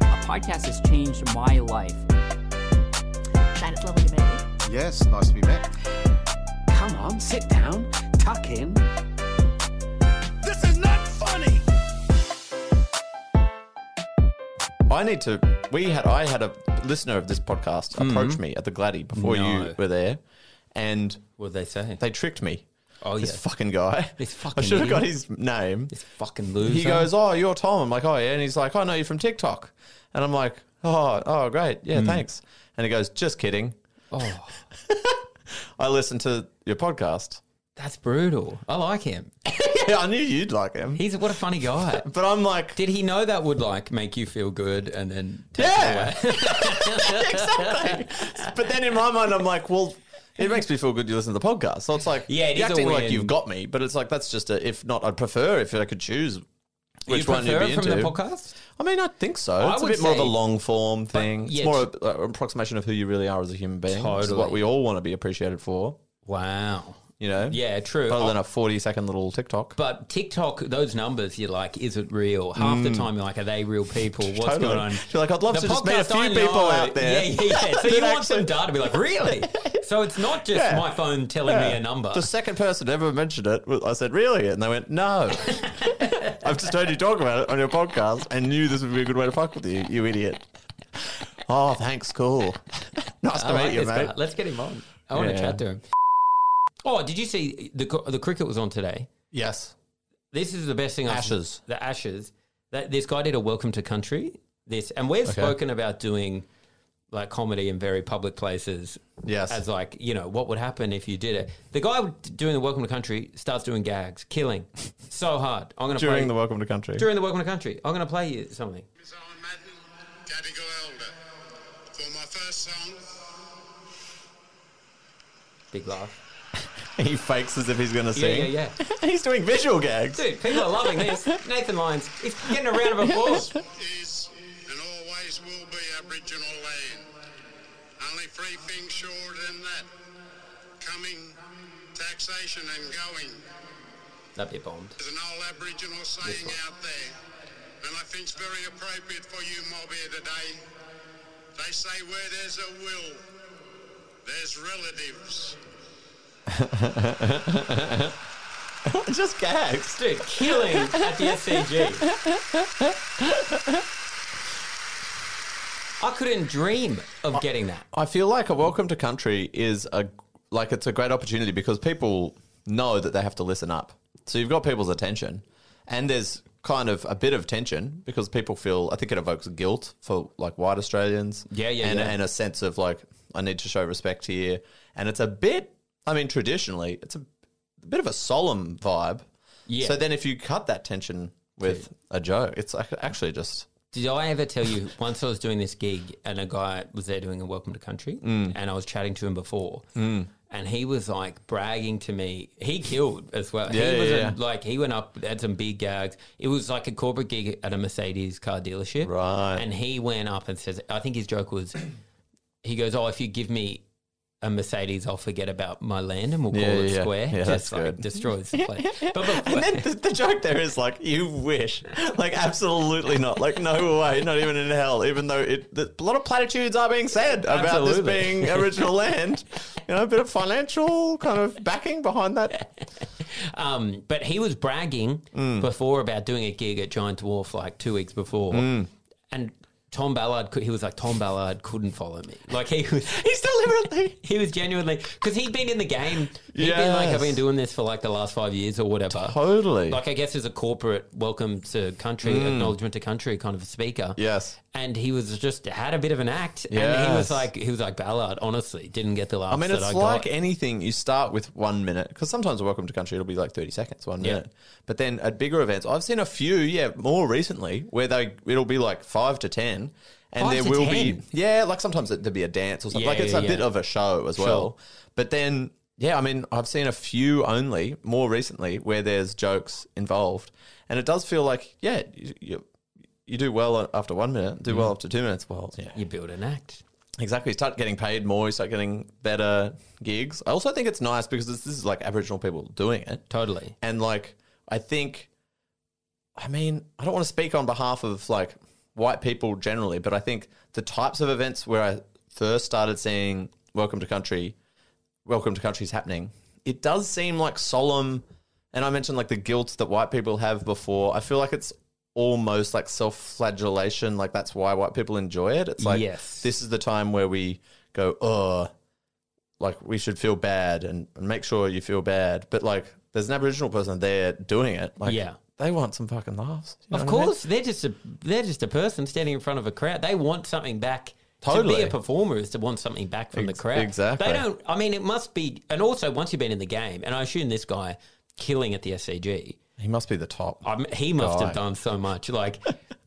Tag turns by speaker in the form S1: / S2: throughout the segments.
S1: podcast has changed my life.
S2: Shine, it's lovely to meet you.
S3: Yes, nice to be met.
S4: Come on, sit down, tuck in.
S5: This is not funny.
S6: I need to. We had. I had a listener of this podcast approach me at the Gladdy before
S7: Mm-hmm. No.
S6: you were there, and
S7: What did they say?
S6: they tricked me.
S7: Oh,
S6: this
S7: yeah.
S6: fucking guy.
S7: This
S6: I
S7: fucking
S6: should have got
S7: idiot.
S6: his name.
S7: this fucking loser.
S6: He goes, "Oh, you're Tom." I'm like, "Oh yeah," and he's like, "I know you from TikTok," and I'm like, "Oh, oh, great, yeah, thanks." And he goes, "Just kidding."
S7: Mm. "Oh,
S6: I listened to your podcast.
S7: that's brutal." I like him.
S6: yeah, I knew you'd like him,
S7: He's what a funny guy.
S6: but I'm like,
S7: Did he know that would like make you feel good and then take
S6: Yeah. exactly. But then in my mind, I'm like, well, it makes me feel good you listen to the podcast. So it's like,
S7: Yeah, it
S6: you're
S7: is a
S6: acting like
S7: win.
S6: you've got me, but it's like, that's just a, if not, I'd prefer if I could choose
S7: You
S6: which one you'd
S7: prefer
S6: be
S7: it from
S6: into.
S7: the podcast?
S6: I mean, I think so.
S7: I
S6: it's a
S7: would
S6: bit more of a
S7: say-
S6: long form thing.
S7: yeah,
S6: it's more a, a approximation of who you really are as a human being. Which is
S7: Totally.
S6: what we all want to be appreciated for,
S7: Wow.
S6: you know?
S7: Yeah, true. Oh,
S6: Rather than a 40 second little TikTok.
S7: But TikTok, those numbers, you're like, is it real? Half the time, you're like, are they real people? What's
S6: Hmm. Totally.
S7: going on?
S6: You're like, I'd love to just meet a
S7: podcast
S6: few
S7: I
S6: people
S7: know-
S6: out there
S7: Yeah, yeah, yeah. So
S6: that
S7: you want some
S6: actually-
S7: data to be like, really? so it's not just
S6: Yeah.
S7: my phone telling me
S6: Yeah.
S7: a number.
S6: The second person ever mentioned it, I said, "Really?" And they went, "No." I've just heard you talk about it on your podcast, and knew this would be a good way to fuck with you, you idiot. Oh, thanks, cool. nice
S7: I
S6: to
S7: like
S6: meet you,
S7: this
S6: mate.
S7: guy. Let's get him on. I want to
S6: Yeah.
S7: chat to him. Oh, did you see the cr- the cricket was on today?
S6: Yes,
S7: This is the best thing. I've-
S6: Ashes.
S7: the ashes. That this guy did a welcome to country. This and we've spoken about doing like comedy in very public places
S6: yes.
S7: as like you know what would happen if you did it. The guy doing the welcome to country starts doing gags, killing so hard. I'm gonna play
S6: During the Welcome to Country.
S7: during the welcome to country. I'm gonna play you something.
S5: Is Alan Madden, Daddy Got Older. For my first song,
S7: Big laugh,
S6: he fakes as if he's going to
S7: Yeah,
S6: sing.
S7: yeah,
S6: he's doing visual gags.
S7: dude. People are loving this. Nathan Lyons, he's getting a round of applause.
S5: is and always will be Aboriginal land. Only three things sure than that coming, taxation, and going.
S7: That'd be a bomb.
S5: There's an old Aboriginal saying out there, and I think it's very appropriate for you mob here today. They say where there's a will, there's relatives.
S6: just gags.
S7: Dude, killing at the SCG. I couldn't dream of getting that.
S6: I feel like a Welcome to Country is a like it's a great opportunity because people know that they have to listen up. So you've got people's attention, and there's kind of a bit of tension because people feel. I think it evokes guilt for like white Australians.
S7: Yeah, yeah,
S6: and,
S7: yeah.
S6: and a sense of like I need to show respect here, and it's a bit. I mean, traditionally, it's a, bit of a solemn vibe.
S7: Yeah.
S6: So then, if you cut that tension with a joke, it's like actually just
S7: Did I ever tell you once I was doing this gig and a guy was there doing a welcome to country
S6: Mm.
S7: and I was chatting to him before and he was like bragging to me. He killed as well. he
S6: Yeah,
S7: was
S6: yeah,
S7: a-
S6: yeah.
S7: like he went up had some big gags. It was like a corporate gig at a Mercedes car dealership.
S6: Right.
S7: And he went up and says I think his joke was he goes, "Oh, if you give me a Mercedes, I'll forget about my land and we'll call
S6: Yeah,
S7: it
S6: yeah, yeah.
S7: square."
S6: Yeah,
S7: Just
S6: that's
S7: like
S6: good.
S7: destroys the place. But before,
S6: And then the, the joke there is like, you wish, like absolutely not, like no way, not even in hell. Even though it, the, a lot of platitudes are being said about
S7: Absolutely.
S6: this being original land, you know, a bit of financial kind of backing behind that.
S7: Um, but he was bragging
S6: Mm.
S7: before about doing a gig at Giant Dwarf like two weeks before,
S6: Mm.
S7: and Tom Ballard. could- He was like Tom Ballard couldn't follow me. Like he was.
S6: He's deliberately.
S7: He was genuinely because he'd been in the game. he had been like, I've
S6: Yes.
S7: been doing this for like the last five years or whatever.
S6: Totally. Mm.
S7: Like I guess as a corporate welcome to country, acknowledgement to country kind of speaker.
S6: Yes.
S7: And he was just had a bit of an act, and he
S6: Yes.
S7: was like, he was like Ballard. Honestly, didn't get the last.
S6: I mean,
S7: that
S6: it's
S7: I
S6: like
S7: got.
S6: anything. You start with one minute because sometimes Welcome to Country it'll be like thirty seconds, one
S7: Yeah.
S6: minute. But then at bigger events, I've seen a few, yeah, more recently where they it'll be like five to ten, and
S7: Five
S6: there
S7: to
S6: will
S7: 10?
S6: be yeah, like sometimes it, there'll be a dance or something.
S7: Yeah,
S6: like it's
S7: yeah,
S6: a bit
S7: yeah.
S6: of a show as well. But then yeah, I mean, I've seen a few only more recently where there's jokes involved, and it does feel like yeah, you. you you do well after one minute, do
S7: Mm.
S6: well after two minutes. Well, yeah,
S7: you build an act.
S6: Exactly. You start getting paid more. You start getting better gigs. I also think it's nice because this, this is like Aboriginal people doing it,
S7: Totally.
S6: and like I think, I mean, I don't want to speak on behalf of like white people generally, but I think the types of events where I first started seeing Welcome to Country, Welcome to Country is happening, it does seem like solemn. And I mentioned like the guilt that white people have before. I feel like it's almost like self flagellation. Like that's why white people enjoy it. It's like,
S7: Yes.
S6: this is the time where we go, oh, like we should feel bad and, and make sure you feel bad. But like there's an Aboriginal person there doing it. Like,
S7: Yeah.
S6: They want some fucking laughs. you know
S7: Of
S6: what I mean?
S7: course, they're just a they're just a person standing in front of a crowd. They want something back. To
S6: Totally.
S7: be a performer is to want something back from
S6: Ex-
S7: the crowd.
S6: exactly.
S7: They don't. I mean, it must be. And also, once you've been in the game, and I assume this guy killing at the SCG,
S6: He must be the top.
S7: i he must
S6: Guy.
S7: have done so much. Like,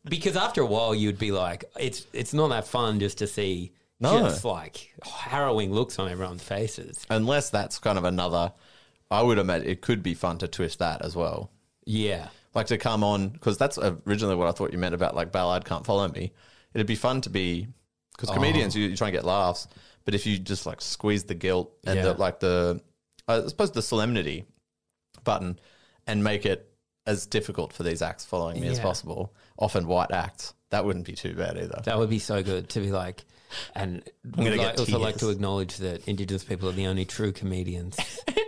S7: because after a while, you'd be like, it's it's not that fun just to see
S6: No.
S7: just like harrowing looks on everyone's faces.
S6: Unless that's kind of another, I would imagine it could be fun to twist that as well.
S7: Yeah.
S6: Like to come on, because that's originally what I thought you meant about like Ballard can't follow me. It'd be fun to be,
S7: Oh.
S6: because comedians, you, you try and get laughs, but if you just like squeeze the guilt and
S7: Yeah.
S6: the, like the, I suppose the solemnity button and make it as difficult for these acts following me as
S7: Yeah.
S6: possible, often white acts, that wouldn't be too bad either.
S7: That would be so good to be like, and
S6: gonna
S7: would
S6: get
S7: like, also like
S6: tears.
S7: to acknowledge that Indigenous people are the only true comedians,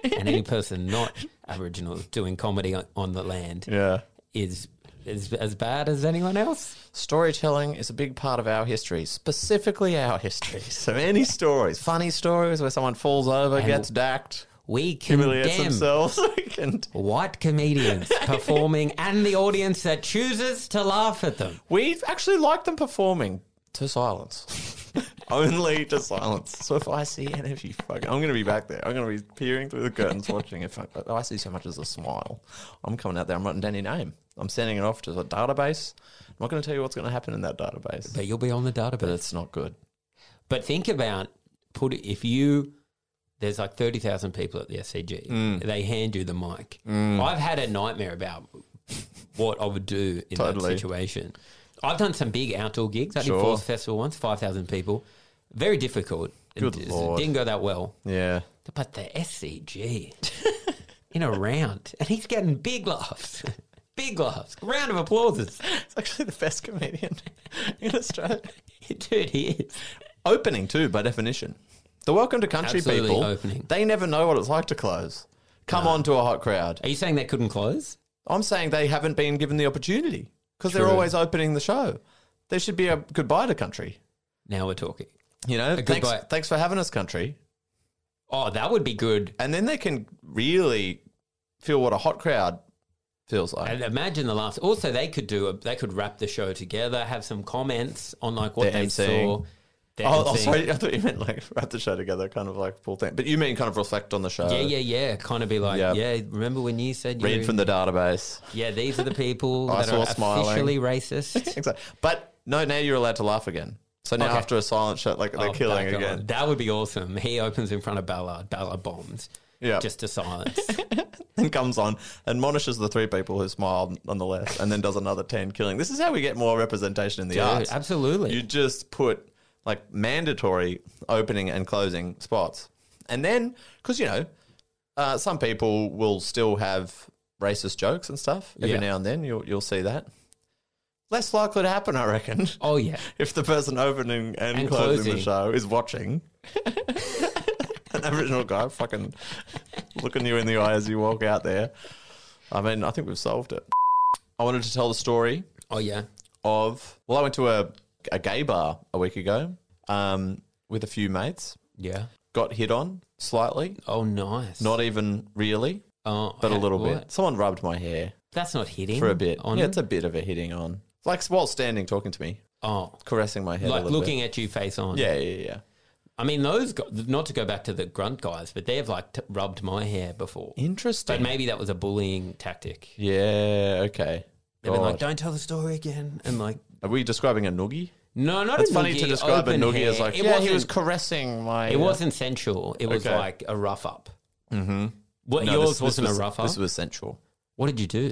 S7: and any person not Aboriginal doing comedy on, on the land
S6: yeah.
S7: is is as bad as anyone else.
S6: Storytelling is a big part of our history, specifically our history. So any stories, funny stories where someone falls over, gets dacked,
S7: We
S6: humiliates
S7: condemn
S6: themselves, and
S7: white comedians performing and the audience that chooses to laugh at them.
S6: we actually like them performing to silence. Only to silence. So if I see any of you, fuck, I'm going to be back there. I'm going to be peering through the curtains, watching. If I, if I see so much as a smile, I'm coming out there. I'm writing down your name. I'm sending it off to a database. I'm not going to tell you what's going to happen in that database,
S7: But you'll be on the
S6: but
S7: database.
S6: it's not good.
S7: But think about put it if you there's like thirty thousand people at the SCG.
S6: Mm.
S7: They hand you the mic. I've had a nightmare about what I would do in
S6: Totally.
S7: that situation. I've done some big outdoor gigs. I
S6: Sure.
S7: did Force Festival once, five thousand people. Very difficult.
S6: Good
S7: it,
S6: Lord.
S7: Didn't go that well.
S6: Yeah.
S7: But the SCG in a round, and he's getting big laughs, big laughs, round of applauses.
S6: It's actually the best comedian in Australia.
S7: Dude, he is.
S6: Opening too, by definition. The welcome to country
S7: Absolutely
S6: people.
S7: opening.
S6: They never know what it's like to close. Come on to a hot crowd.
S7: Are you saying they couldn't close?
S6: I'm saying they haven't been given the opportunity because they're
S7: True.
S6: always opening the show. There should be a goodbye to country.
S7: Now we're talking.
S6: You know, thanks,
S7: goodbye.
S6: thanks for having us, country.
S7: Oh, that would be good.
S6: And then they can really feel what a hot crowd feels like.
S7: And imagine the last. Also, they could do. A, they could wrap the show together. Have some comments on like what
S6: They're
S7: they
S6: emceeing.
S7: saw. They're
S6: oh, oh,
S7: emceeing.
S6: sorry. I thought you meant like wrap the show together, kind of like full thing. But you mean kind of reflect on the show.
S7: Yeah, yeah, yeah. Kind of be like,
S6: Yeah.
S7: yeah. remember when you said
S6: Read
S7: you,
S6: from the database.
S7: Yeah, these are the people
S6: I
S7: that are
S6: saw smiling.
S7: officially racist.
S6: Exactly. But no, now you're allowed to laugh again. So now
S7: Okay.
S6: after a silent shot, like they're
S7: Oh,
S6: killing
S7: back on.
S6: again.
S7: That would be awesome. He opens in front of Ballard. Ballard bombs.
S6: Yeah.
S7: just to silence.
S6: Then comes on, admonishes the three people who smiled nonetheless, and then does another 10 killing. This is how we get more representation in the
S7: Dude,
S6: arts.
S7: absolutely.
S6: You just put like mandatory opening and closing spots. And then, because, you know, uh, some people will still have racist jokes and stuff. Every
S7: Yeah.
S6: now and then you'll, you'll see that. Less likely to happen, I reckon.
S7: oh yeah,
S6: if the person opening and,
S7: And
S6: closing, the
S7: closing.
S6: show is watching, an Aboriginal guy fucking looking you in the eye as you walk out there. I mean, I think we've solved it. I wanted to tell the story
S7: oh yeah.
S6: of well, I went to a, a gay bar a week ago um, with a few mates,
S7: Yeah.
S6: got hit on slightly,
S7: Oh, nice.
S6: not even really,
S7: oh,
S6: but a little
S7: what?
S6: bit. Someone rubbed my hair
S7: That's not hitting
S6: for a bit.
S7: On
S6: yeah,
S7: him?
S6: it's a bit of a hitting on. Like while standing, talking to me,
S7: oh,
S6: caressing my head, a
S7: like
S6: little
S7: looking at you face on.
S6: Bit. Yeah, yeah, yeah.
S7: I mean, those gu- not to go back to the grunt guys, but they've like t- rubbed my hair before.
S6: Interesting.
S7: But maybe that was a bullying tactic.
S6: Yeah, okay.
S7: They've been like,
S6: God.
S7: "Don't tell the story again," and like,
S6: Are we describing a noogie?
S7: "No, not."
S6: It's
S7: a
S6: funny
S7: noogie,
S6: to describe a
S7: open
S6: noogie
S7: hair.
S6: as like,
S7: it
S6: yeah,
S7: wasn't,
S6: he was caressing my.
S7: It wasn't sensual. It was
S6: Okay.
S7: like a rough up. Mm-hmm. What yours wasn't
S6: was,
S7: a rough up.
S6: uh, This was sensual.
S7: what did you do?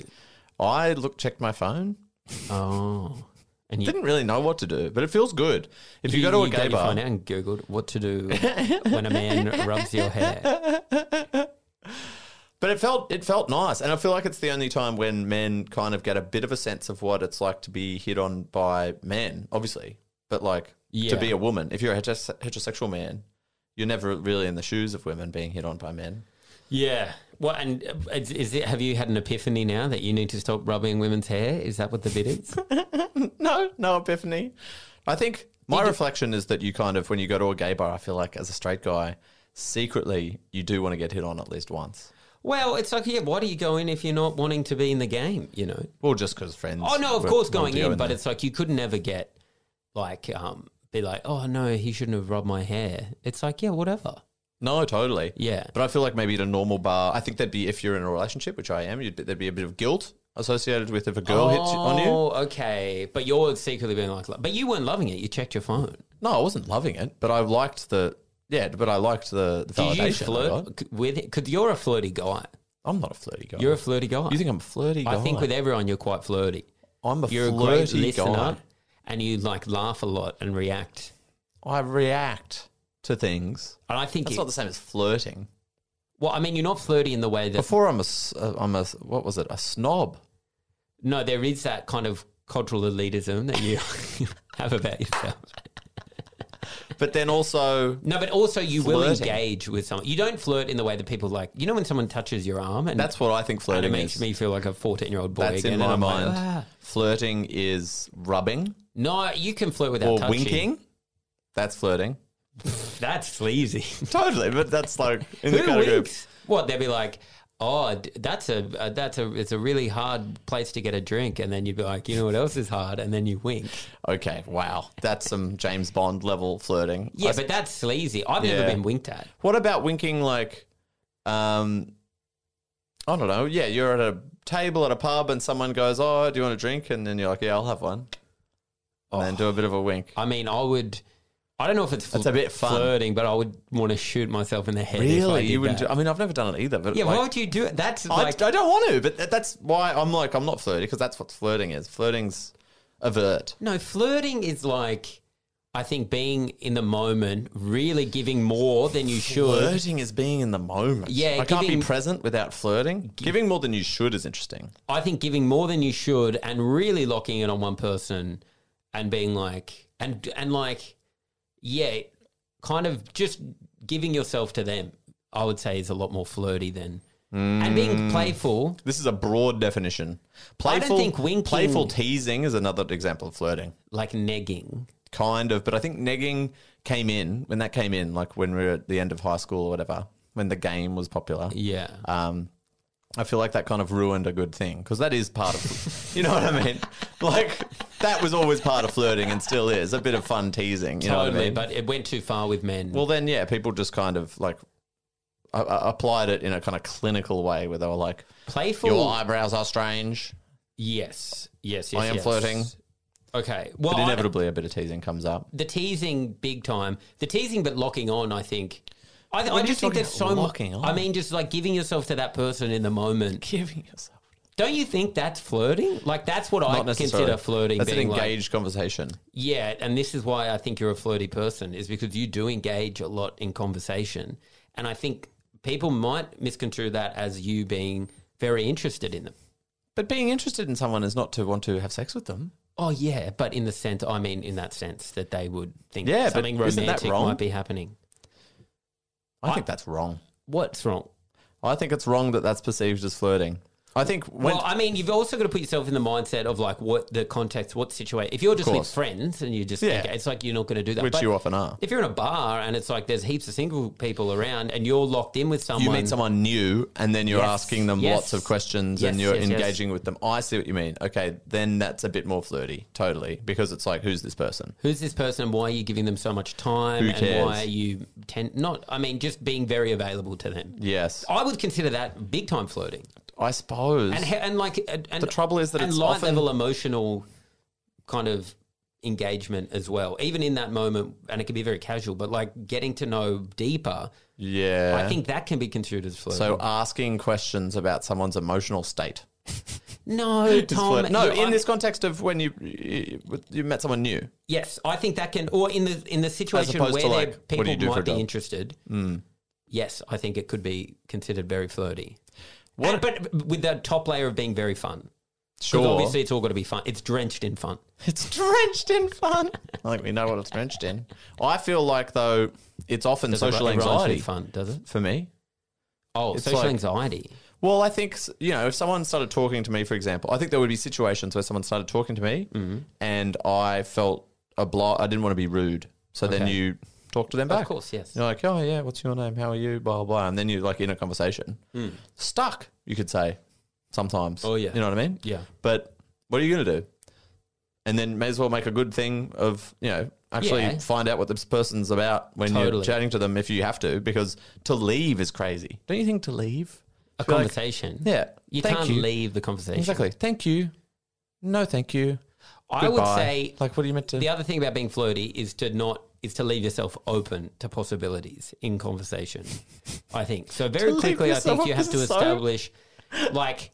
S6: I looked, checked my phone.
S7: Oh, and you
S6: Didn't really know what to do, but it feels good. If you, go to a
S7: got
S6: gay
S7: your
S6: bar,
S7: phone out and googled what to do when a man rubs your hair.
S6: But it felt it felt nice, and I feel like it's the only time when men kind of get a bit of a sense of what it's like to be hit on by men, obviously. But like
S7: Yeah.
S6: to be a woman, if you're a heterose- heterosexual man, you're never really in the shoes of women being hit on by men.
S7: Yeah. Well, and uh, is, is it? Have you had an epiphany now that you need to stop rubbing women's hair? Is that what the bit is?
S6: No, no epiphany. I think my reflection is that you kind of when you go to a gay bar, I feel like as a straight guy, secretly you do want to get hit on at least once.
S7: well, it's like, yeah. Why do you go in if you're not wanting to be in the game? You know.
S6: Well, just because friends.
S7: Oh no, of
S6: will-
S7: course
S6: will
S7: going
S6: do
S7: in,
S6: and
S7: but
S6: they-
S7: it's like you could never get like um be like, oh no, he shouldn't have rubbed my hair. It's like, yeah, whatever.
S6: no, totally.
S7: Yeah.
S6: But I feel like maybe at a normal bar, I think that'd be if you're in a relationship, which I am, you'd, there'd be a bit of guilt associated with if a girl hits on you.
S7: Oh, okay. But you're secretly being like, but you weren't loving it. You checked your phone.
S6: No, I wasn't loving it, but I liked the yeah, but I liked the, the validation.
S7: Did you
S6: I got.
S7: flirt c- with it? Because you're a flirty guy.
S6: I'm not a flirty guy.
S7: You're a flirty guy.
S6: you think I'm a flirty guy?
S7: I think with everyone, you're quite flirty.
S6: I'm a
S7: You're a great
S6: flirty
S7: listener,
S6: guy.
S7: and you like laugh a lot and react.
S6: I react to things.
S7: And I think
S6: That's
S7: you,
S6: not the same as flirting.
S7: well, I mean, you're not flirty in the way that
S6: Before I'm a, s- uh, I'm a, s- what was it? A snob.
S7: no, there is that kind of cultural elitism that you have about yourself.
S6: But then also,
S7: No, but also you will
S6: Flirting.
S7: engage with someone. You don't flirt in the way that people like. You know when someone touches your arm and
S6: that's what I think
S7: and it
S6: flirting
S7: makes
S6: is.
S7: me feel like a 14 year old boy
S6: that's
S7: again.
S6: in
S7: and
S6: my
S7: I'm like,
S6: mind.
S7: "Ah."
S6: Flirting is rubbing
S7: No, you can flirt without
S6: or
S7: touching.
S6: winking. That's flirting.
S7: That's sleazy.
S6: Totally, but that's like in the
S7: Who
S6: category. of-
S7: winks? What they'd be like, oh, d- that's a uh, that's a it's a really hard place to get a drink, and then you'd be like, you know what else is hard, and then you wink.
S6: Okay, wow, that's some James Bond level flirting.
S7: Yeah,
S6: I-
S7: but that's sleazy. I've never
S6: Yeah.
S7: been winked at.
S6: what about winking? Like, um, I don't know. Yeah, you're at a table at a pub and someone goes, "Oh, do you want a drink?" And then you're like, "Yeah, I'll have one," and then do a bit of a wink.
S7: Oh, I mean, I would. I don't know if it's fl-
S6: That's a bit fun.
S7: flirting, but I would want to shoot myself in the head. if I
S6: Really,
S7: did
S6: you wouldn't?
S7: that.
S6: Do, I mean, I've never done it either. But
S7: yeah,
S6: like,
S7: why would you do it? That's
S6: I,
S7: like
S6: I don't want to. But that, that's why I'm like, I'm not flirty because that's what flirting is. Flirting's avert.
S7: No, flirting is like I think being in the moment, really giving more than you should.
S6: Flirting is being in the moment.
S7: Yeah,
S6: I can't
S7: giving-
S6: be present without flirting. Giving more than you should is interesting.
S7: I think giving more than you should and really locking in on one person and being like and and like yeah, kind of just giving yourself to them. I would say is a lot more flirty than and
S6: Mm.
S7: being playful.
S6: This is a broad definition.
S7: I
S6: Playful,
S7: don't think winking-
S6: playful teasing is another example of flirting,
S7: like negging.
S6: kind of. But I think negging came in when that came in, like when we were at the end of high school or whatever, when the game was popular.
S7: Yeah.
S6: Um, I feel like that kind of ruined a good thing because that is part of, you know what I mean? Like that was always part of flirting and still is a bit of fun teasing. You know what I
S7: totally,
S6: mean?
S7: but it went too far with men.
S6: well, then yeah, people just kind of like uh, uh, applied it in a kind of clinical way where they were like,
S7: playful.
S6: "Your eyebrows are strange."
S7: yes. Yes, yes.
S6: I am
S7: yes.
S6: flirting.
S7: Okay. Well,
S6: But
S7: I-
S6: inevitably, a bit of teasing comes up.
S7: the teasing big time. The teasing, but locking on. I think. I, I
S6: you
S7: just think
S6: talking
S7: that's
S6: about
S7: so
S6: locking
S7: locking
S6: on?
S7: I mean, just like giving yourself to that person in the moment.
S6: Giving yourself
S7: Don't you think that's flirting? Like that's what
S6: not
S7: I
S6: necessarily
S7: consider flirting.
S6: That's
S7: being
S6: an
S7: like,
S6: engaged conversation.
S7: yeah, and this is why I think you're a flirty person is because you do engage a lot in conversation, and I think people might misconstrue that as you being very interested in them.
S6: But being interested in someone is not to want to have sex with them.
S7: Oh yeah, but in the sense, I mean, in that sense that they would think
S6: Yeah, but
S7: something
S6: isn't that
S7: romantic
S6: wrong?
S7: might be happening.
S6: I think that's wrong.
S7: What's wrong?
S6: I think it's wrong that that's perceived as flirting. I think when
S7: well, I mean, you've also got to put yourself in the mindset of like what the context, what situation. If you're just with
S6: course.
S7: friends and you just,
S6: Yeah.
S7: think, it's like you're not going to do that.
S6: which
S7: But
S6: you often are.
S7: If you're in a bar and it's like there's heaps of single people around and you're locked in with someone,
S6: you meet someone new and then you're
S7: Yes,
S6: asking them
S7: yes.
S6: lots of questions and
S7: Yes,
S6: you're
S7: yes, yes.
S6: engaging with them. I see what you mean. Okay, then that's a bit more flirty, totally, because it's like, who's this person?
S7: who's this person and why are you giving them so much time
S6: Who
S7: and why
S6: cares?
S7: are you ten- not? I mean, just being very available to them.
S6: Yes,
S7: I would consider that big time flirting
S6: I suppose.
S7: and he- and like and, and
S6: the trouble is that
S7: and
S6: it's
S7: light
S6: often
S7: level emotional kind of engagement as well. Even in that moment, and it can be very casual, but like getting to know deeper,
S6: yeah.
S7: I think that can be considered as flirting.
S6: so asking questions about someone's emotional state.
S7: no,
S6: is
S7: Tom,
S6: flirt- No,
S7: you-
S6: in
S7: I-
S6: this context of when you you, you met someone new.
S7: yes, I think that can, or in the in the situation
S6: opposed
S7: where
S6: to,
S7: there-
S6: like, what do
S7: people
S6: you do for a
S7: might be
S6: job? Hmm.
S7: interested. yes, I think it could be considered very flirty. And- but with that top layer of being very fun. 'Cause
S6: Sure.
S7: Obviously, it's all got to be fun. It's drenched in fun.
S6: It's drenched in fun. I think we know what it's drenched in. I feel like though it's often
S7: Doesn't
S6: social
S7: ri- it rhymes with
S6: anxiety
S7: fun, does it?
S6: for me.
S7: Oh,
S6: It's
S7: social
S6: like-
S7: anxiety.
S6: Well, I think you know if someone started talking to me, for example, I think there would be situations where someone started talking to me,
S7: Mm-hmm.
S6: and I felt obliged. I didn't want to be rude, so then
S7: Okay.
S6: you talk to them back.
S7: Of course, yes.
S6: You're like, oh yeah, what's your name? How are you? Blah blah. blah. And then you're like in a conversation, stuck. You could say sometimes.
S7: Hmm. Oh, yeah.
S6: you know what I mean?
S7: Yeah.
S6: But what are you gonna do? And then may as well make a good thing of you know actually
S7: Yeah.
S6: find out what this person's about when you're
S7: Totally.
S6: chatting to them if you have to because to leave is crazy. Don't you think to leave?
S7: A
S6: Be like,
S7: conversation.
S6: yeah,
S7: You
S6: thank
S7: can't
S6: you.
S7: leave the conversation.
S6: Exactly. Thank you. No, thank you.
S7: I would
S6: Goodbye.
S7: say
S6: like, what are you meant to?
S7: the other thing about being flirty is to not is to leave yourself open to possibilities in conversation. I think so. Very
S6: leave
S7: quickly, I
S6: yourself
S7: think you have to
S6: open, so-
S7: establish, like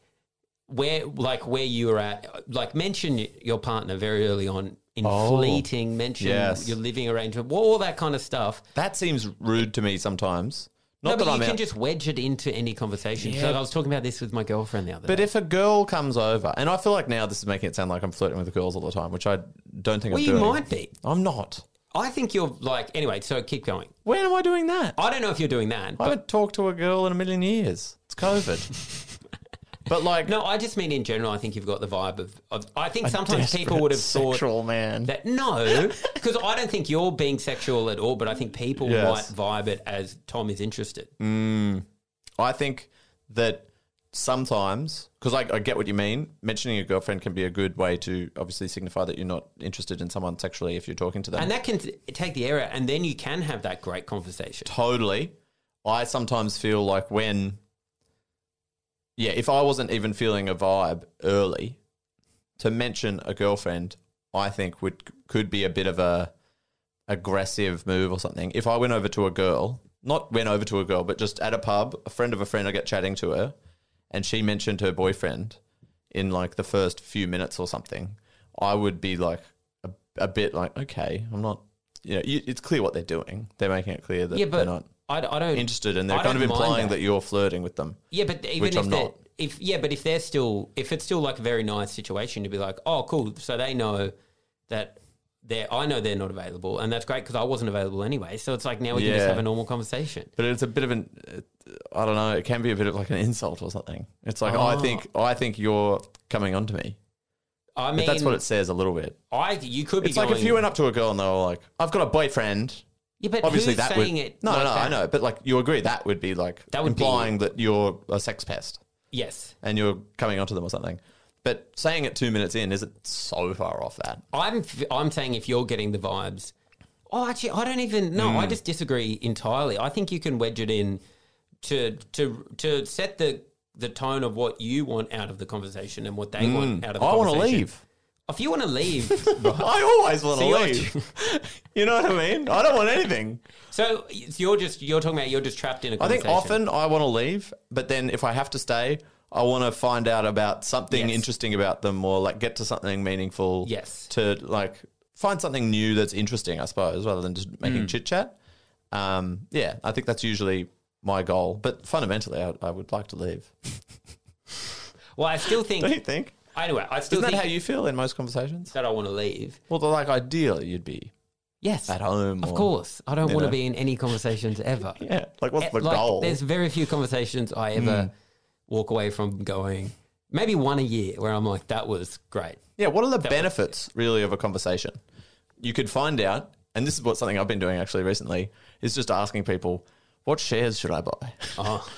S7: where like where you are at. Like mention y- your partner very early on in
S6: Oh.
S7: fleeting. Mention
S6: Yes.
S7: your living arrangement, well, all that kind of stuff.
S6: that seems rude to me sometimes. Not
S7: No,
S6: that
S7: but
S6: I'm
S7: you can
S6: out-
S7: just wedge it into any conversation. So
S6: Yeah.
S7: I was talking about this with my girlfriend the other
S6: But
S7: day.
S6: if a girl comes over, and I feel like now this is making it sound like I'm flirting with the girls all the time, which I don't think
S7: well,
S6: I'm
S7: you
S6: doing.
S7: might be.
S6: I'm not.
S7: I think you're like anyway. So keep going.
S6: When am I doing that? I
S7: I don't know if you're doing that. But
S6: haven't talked to a girl in a million years. It's COVID. but like,
S7: No, I just mean in general. I think you've got the vibe of. of I think sometimes
S6: desperate
S7: people would have thought
S6: sexual man.
S7: that no, because I don't think you're being sexual at all. But I think people
S6: Yes. Mm.
S7: might vibe it as Tom is interested.
S6: I think that sometimes, because I, I get what you mean, mentioning your girlfriend can be a good way to obviously signify that you're not interested in someone sexually if you're talking to them.
S7: And that can t- take the air out, and then you can have that great conversation.
S6: totally. I sometimes feel like when, yeah, if I wasn't even feeling a vibe early, to mention a girlfriend, I think would could be a bit of a aggressive move or something. If I went over to a girl, not went over to a girl, but just at a pub, a friend of a friend, I get chatting to her, and she mentioned her boyfriend in like the first few minutes or something, I would be like a, a bit like, okay, I'm not. You know, you, it's clear what they're doing. They're making it clear that
S7: Yeah,
S6: they're
S7: but
S6: not
S7: I, I don't
S6: interested, and they're
S7: I
S6: kind of
S7: don't mind
S6: implying
S7: that.
S6: that. you're flirting with them.
S7: Yeah, but even
S6: Which
S7: if
S6: I'm
S7: they're-
S6: not.
S7: if yeah, but if they're still if it's still like a very nice situation to be like, oh, cool, so they know that they're I know they're not available, and that's great because I wasn't available anyway. So it's like now we can just
S6: Yeah.
S7: have a normal conversation.
S6: But it's a bit of an, I don't know. It can be a bit of like an insult or something. It's like
S7: Oh.
S6: I think I think you're coming on to me.
S7: I
S6: But
S7: mean,
S6: that's what it says a little bit.
S7: I you could be
S6: It's like if
S7: going-
S6: you went up to a girl and they were like, "I've got a boyfriend."
S7: yeah, but
S6: Obviously,
S7: who's
S6: that
S7: saying
S6: would
S7: it.
S6: no,
S7: like
S6: no,
S7: that?
S6: I know. But like you agree that would be like
S7: That would be-
S6: implying that you're a sex pest.
S7: Yes,
S6: and you're coming onto them or something. But saying it two minutes in isn't so far off that.
S7: I'm I'm saying if you're getting the vibes, oh, actually, I don't even no,
S6: Mm.
S7: I just disagree entirely. I think you can wedge it in to to to set the the tone of what you want out of the conversation and what they want out of. the
S6: Mm. I want to
S7: conversation.
S6: leave.
S7: If you want to leave,
S6: I always want to
S7: So you're-
S6: leave. you know what I mean? I don't want anything.
S7: so it's- you're just you're talking about you're just trapped in a
S6: I think often
S7: conversation.
S6: I want to leave, but then if I have to stay, I want to find out about something
S7: Yes.
S6: interesting about them or like get to something meaningful.
S7: Yes.
S6: To like find something new that's interesting, I suppose, rather than just making
S7: Mm.
S6: chit chat. Um, yeah, I think that's usually my goal. But fundamentally, I, I would like to leave.
S7: Well, I still
S6: Don't you
S7: think
S6: think?
S7: anyway. I still
S6: Isn't that
S7: think
S6: how you feel in most conversations?
S7: that I want to leave.
S6: Well, the like ideal you'd be
S7: Yes,
S6: at home.
S7: Of
S6: or-
S7: course, I don't
S6: you
S7: want to
S6: know.
S7: be in any conversations ever.
S6: Yeah. Like, what's the
S7: Eh, Like,
S6: goal?
S7: There's very few conversations I ever walk away from going. Maybe one a year where I'm like, that was great.
S6: Yeah. What are the benefits really of a conversation? You could find out, and this is what something I've been doing actually recently is just asking people, what shares should I buy?
S7: Oh,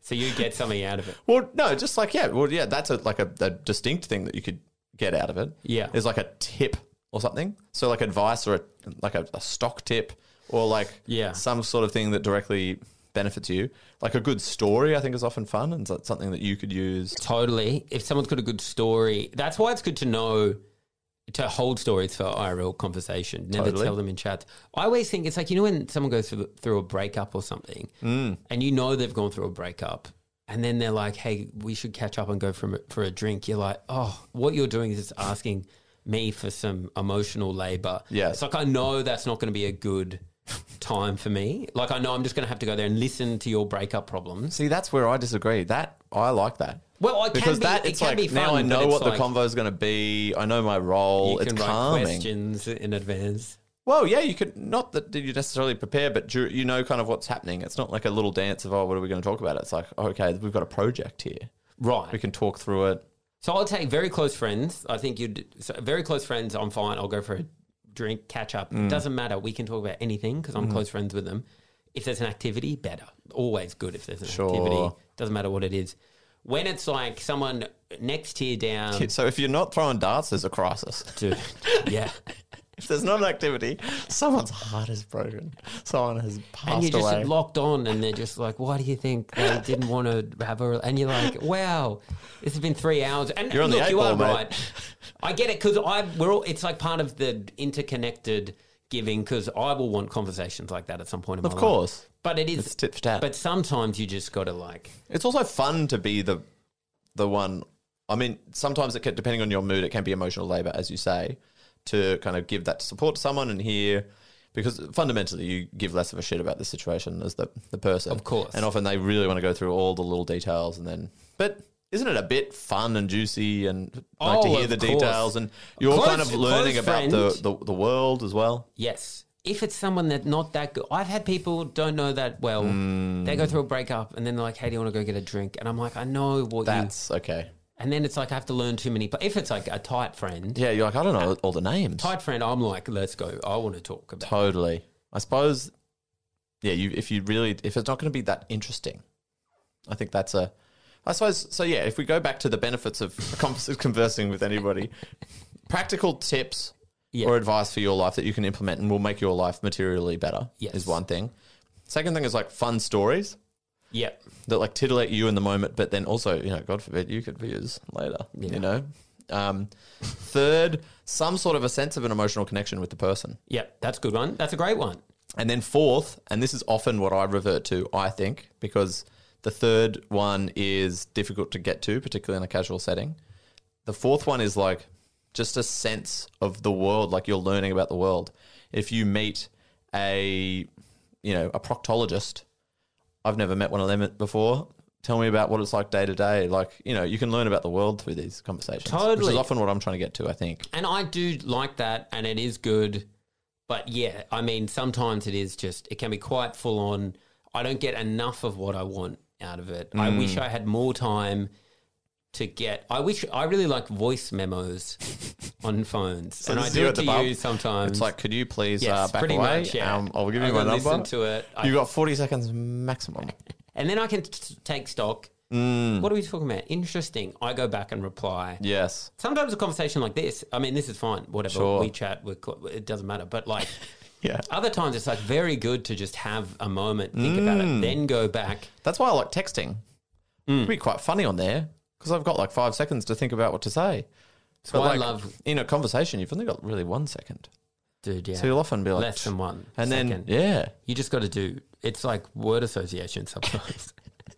S7: so you get something out of it.
S6: well, no, just like yeah, well, yeah, that's a, like a, a distinct thing that you could get out of it.
S7: Yeah.
S6: There's like a tip or something. So like advice or a, like a, a stock tip or like
S7: Yeah.
S6: some sort of thing that directly benefits you. Like a good story, I think, is often fun and so- something that you could use.
S7: Totally. If someone's got a good story, that's why it's good to know to hold stories for IRL conversation. Never
S6: Totally.
S7: tell them in chats. I always think it's like you know when someone goes through, through a breakup or something,
S6: Mm.
S7: and you know they've gone through a breakup, and then they're like, "Hey, we should catch up and go for for a drink." You're like, "Oh, what you're doing is just asking me for some emotional labor."
S6: Yeah.
S7: it's like I know that's not going to be a good time for me. Like I know I'm just going to have to go there and listen to your breakup problems.
S6: See, that's where I disagree. That I like that.
S7: Well, I can
S6: because
S7: be-
S6: that
S7: it
S6: it's
S7: can
S6: like
S7: be fun,
S6: now I
S7: but
S6: know
S7: it's
S6: what
S7: like-
S6: the convo is going to be. I know my role.
S7: You
S6: it's
S7: can write
S6: calming.
S7: questions in advance.
S6: Well, yeah, you could not that you necessarily prepare, but you, you know kind of what's happening. It's not like a little dance of oh, what are we going to talk about? It's like okay, we've got a project here.
S7: Right.
S6: We can talk through it.
S7: So I'll take very close friends. I think you'd so very close friends. I'm fine. I'll go for a drink, catch up.
S6: Mm.
S7: It doesn't matter. We can talk about anything because I'm close friends with them. If there's an activity, better. Always good if there's an
S6: Sure.
S7: activity. Doesn't matter what it is. When it's like someone next tier down,
S6: So if you're not throwing darts, there's a crisis.
S7: dude, yeah,
S6: if there's not an activity, someone's heart is broken. Someone has
S7: and
S6: passed
S7: you're just
S6: away.
S7: locked on, and they're just like, "Why do you think they didn't want to have a?" And you're like, "Wow, this has been three hours." And
S6: You're on the
S7: look,
S6: eight
S7: you
S6: ball,
S7: are
S6: mate.
S7: right. I get it because I we're all. It's like part of the interconnected giving because I will want conversations like that at some point in
S6: Of
S7: my life.
S6: course,
S7: But it is
S6: It's tit for tat.
S7: But sometimes you just got to like
S6: it's also fun to be the the one. I mean, sometimes it can, depending on your mood, it can be emotional labor, as you say, to kind of give that support to someone and hear. Because fundamentally, you give less of a shit about the situation as the, the person. Of
S7: course.
S6: And often they really want to go through all the little details and then. But isn't it a bit fun and juicy and like to
S7: Oh,
S6: hear
S7: of
S6: the
S7: course.
S6: details? And you're all kind
S7: Close-
S6: of learning
S7: close
S6: about the, the,
S7: friend. Mm.
S6: the world as well.
S7: yes. If it's someone that not that good, I've had people don't know that well.
S6: Mm.
S7: They go through a breakup and then they're like, "Hey, do you want to go get a drink?" And I'm like, "I know what you."
S6: That's okay.
S7: And then it's like I have to learn too many. But if it's like a tight friend,
S6: Yeah, you're like, I don't know all the names.
S7: tight friend, I'm like, let's go. I want to talk about.
S6: Totally. I suppose. Yeah, you if you really if it's not going to be that interesting, I think that's a. I suppose so. Yeah, if we go back to the benefits of con- conversing with anybody, practical tips
S7: Yeah.
S6: or advice for your life that you can implement and will make your life materially better
S7: Yes.
S6: is one thing. Second thing is like fun stories
S7: Yeah,
S6: that like titillate you in the moment, but then also, you know, God forbid you could use later,
S7: Yeah.
S6: you know. Um, third, some sort of a sense of an emotional connection with the person.
S7: yeah, that's a good one. That's a great one.
S6: And then fourth, and this is often what I revert to, I think, because the third one is difficult to get to, particularly in a casual setting. The fourth one is like just a sense of the world, like you're learning about the world. If you meet a, you know, a proctologist, I've never met one of them before. Tell me about what it's like day to day. Like, you know, you can learn about the world through these conversations. Which
S7: Totally.
S6: is often what I'm trying to get to, I think.
S7: And I do like that, and it is good. But yeah, I mean, sometimes it is just it can be quite full on. I don't get enough of what I want out of it. I
S6: Mm.
S7: wish I had more time to get. I wish I really like voice memos on phones, and I
S6: this is
S7: do
S6: you
S7: it
S6: at the
S7: to
S6: pub.
S7: you sometimes.
S6: It's like, could you please
S7: Yes,
S6: uh, back
S7: pretty
S6: away?
S7: much, yeah.
S6: Um, I'll give
S7: I
S6: you my
S7: can
S6: number.
S7: listen to it. I-
S6: You've got 40 seconds maximum.
S7: and then I can t- take stock.
S6: Mm.
S7: What are we talking about? Interesting. I go back and reply.
S6: yes.
S7: Sometimes a conversation like this. I mean, this is fine. Whatever
S6: Sure.
S7: we chat, we're, cl- it doesn't matter. But like.
S6: Yeah.
S7: Other times it's like very good to just have a moment, think about
S6: Mm.
S7: it, then go back.
S6: That's why I like texting.
S7: Hmm.
S6: It'd be quite funny on there because I've got like five seconds to think about what to say. So
S7: why I love-
S6: in a conversation, you've only got really one second.
S7: Dude, yeah.
S6: So you'll often be like
S7: less than one.
S6: and
S7: second.
S6: then yeah,
S7: you just got to do. It's like word association sometimes.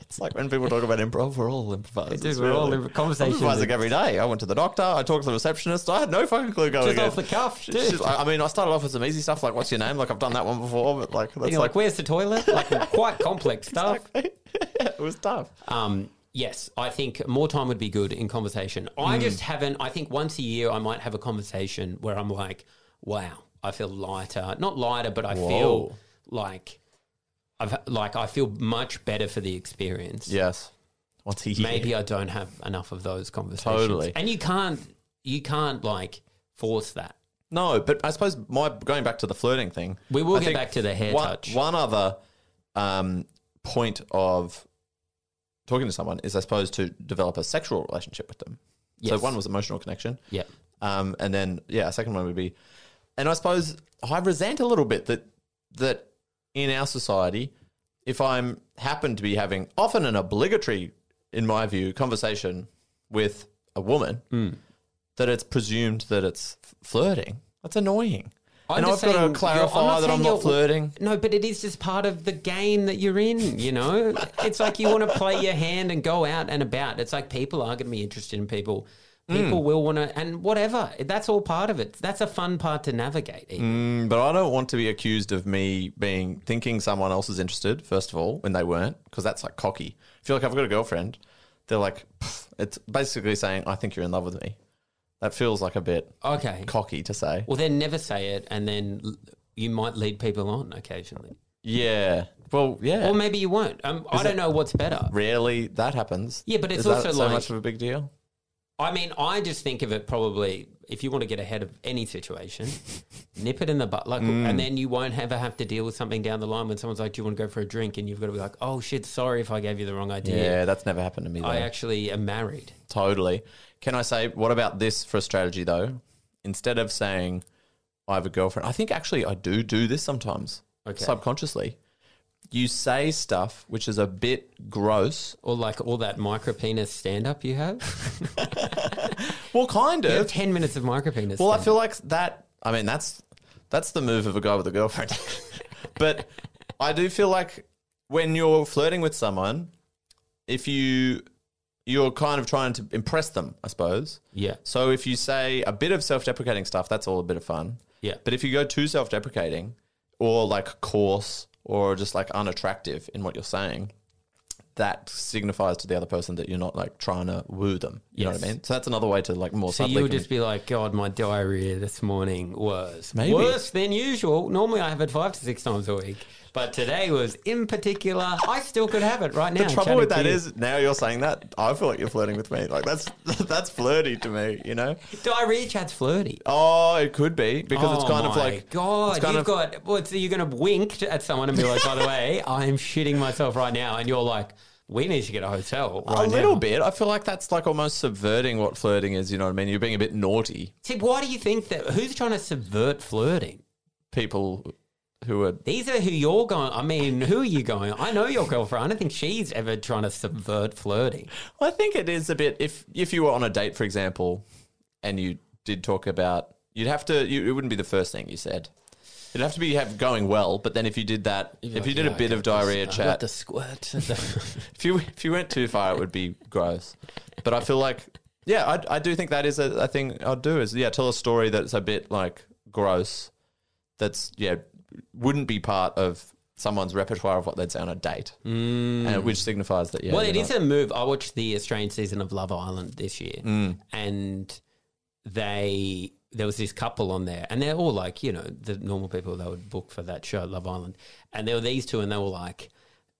S6: it's like when people talk about improv, we're all improvisers.
S7: Dude, we're all in
S6: I'm
S7: conversation.
S6: improvising every day. I went to the doctor. I talked to the receptionist. I had no fucking clue going
S7: Just
S6: in.
S7: off the cuff,
S6: She-
S7: dude.
S6: she's like- I mean, I started off with some easy stuff like, "What's your name?" Like I've done that one before, but like that's
S7: You're like, where's the toilet? Like quite complex stuff.
S6: it was tough.
S7: Um, yes, I think more time would be good in conversation. I
S6: Hmm.
S7: just haven't. I think once a year I might have a conversation where I'm like, wow, I feel lighter. Not lighter, but I feel
S6: Whoa.
S7: like I've like I feel much better for the experience.
S6: Yes. Once he
S7: Maybe I don't have enough of those conversations.
S6: Totally.
S7: And you can't you can't like force that.
S6: No, but I suppose my going back to the flirting thing.
S7: We will
S6: I
S7: get
S6: think
S7: back to the hair
S6: one,
S7: touch.
S6: One other um, point of talking to someone is, I suppose, to develop a sexual relationship with them.
S7: Yes.
S6: So one was emotional connection.
S7: Yeah.
S6: Um, and then yeah, a second one would be, and I suppose I resent a little bit that that in our society, if I'm happen to be having often an obligatory, in my view, conversation with a woman,
S7: Hmm.
S6: that it's presumed that it's f- flirting. That's annoying. and I've
S7: just
S6: got
S7: saying,
S6: to
S7: you're-
S6: clarify that
S7: saying
S6: I'm
S7: you're-
S6: not flirting.
S7: No, but it is just part of the game that you're in, you know? it's like you want to play your hand and go out and about. It's like people are going to be interested in people.
S6: Hmm.
S7: People will want to, and whatever. That's all part of it. That's a fun part to navigate. even.
S6: Mm, But I don't want to be accused of me being thinking someone else is interested. First of all, when they weren't, because that's like cocky. I feel like I've got a girlfriend. They're like, "Pff," it's basically saying, "I think you're in love with me." That feels like a bit
S7: Okay.
S6: cocky to say.
S7: Well, then never say it, and then l- you might lead people on occasionally,
S6: Yeah. Well, yeah.
S7: or maybe you won't. Um, I don't know what's better.
S6: Rarely that happens.
S7: Yeah, but it's
S6: Is that
S7: also
S6: so
S7: like-
S6: much of a big deal.
S7: I mean, I just think of it probably if you want to get ahead of any situation, nip it in the butt, like,
S6: Mm.
S7: and then you won't ever have to deal with something down the line when someone's like, "Do you want to go for a drink?" and you've got to be like, "Oh shit, sorry if I gave you the wrong
S6: Yeah,
S7: idea.
S6: that's never happened to me. Though.
S7: I actually am married."
S6: Totally. Can I say, what about this for a strategy though? Instead of saying, I have a girlfriend, I think actually I do do this sometimes
S7: Okay.
S6: subconsciously. You say stuff which is a bit gross.
S7: Or like all that micro penis stand up you have.
S6: Well, kind
S7: You have
S6: of.
S7: ten minutes of micro penis.
S6: Well, I
S7: stand-up.
S6: feel like that, I mean, that's that's the move of a guy with a girlfriend. but I do feel like when you're flirting with someone, if you you're kind of trying to impress them, I suppose.
S7: yeah,
S6: So if you say a bit of self-deprecating stuff, that's all a bit of fun.
S7: yeah.
S6: But if you go too self-deprecating or like coarse or just like unattractive in what you're saying, that signifies to the other person that you're not like trying to woo them. You know what I
S7: Yes.
S6: mean? So that's another way to like more
S7: So
S6: subtly
S7: you would
S6: commu-
S7: just be like, God, my diarrhea this morning was
S6: Maybe.
S7: worse than usual. Normally I have it five to six times a week, but today was in particular. I still could have it right now.
S6: the trouble with
S7: chatting
S6: that
S7: to you.
S6: is now you're saying that I feel like you're flirting with me. Like that's that's flirty to me, you know.
S7: diarrhea chat's flirty.
S6: Oh, it could be because it's
S7: Oh
S6: kind of
S7: my
S6: like
S7: God,
S6: it's kind
S7: you've
S6: of-
S7: got. Well, so you're going to wink to- at someone and be like, By the way, I am shitting myself right now, and you're like, We need to get a hotel. Right
S6: a little
S7: now.
S6: bit. I feel like that's like almost subverting what flirting is. You know what I mean? You're being a bit naughty.
S7: See, why do you think that? Who's trying to subvert flirting?
S6: People who are
S7: These are who you're going. I mean, who are you going? I know your girlfriend. I don't think she's ever trying to subvert flirting.
S6: I think it is a bit if if you were on a date, for example, and you did talk about you'd have to you, it wouldn't be the first thing you said. It'd have to be have going well, but then if you did that, if you did a bit of diarrhea chat,
S7: squirt.
S6: if you if you went too far, it would be gross. But I feel like yeah, I, I do think that is a, a thing I'd do is yeah, tell a story that's a bit like gross, that's yeah, wouldn't be part of someone's repertoire of what they'd say on a date, mm. and which signifies that yeah,
S7: well,
S6: you're
S7: it
S6: not-
S7: is a move. I watched the Australian season of Love Island this year,
S6: Mm.
S7: and they there was this couple on there, and they're all like you know the normal people they would book for that show, Love Island, and there were these two, and they were like.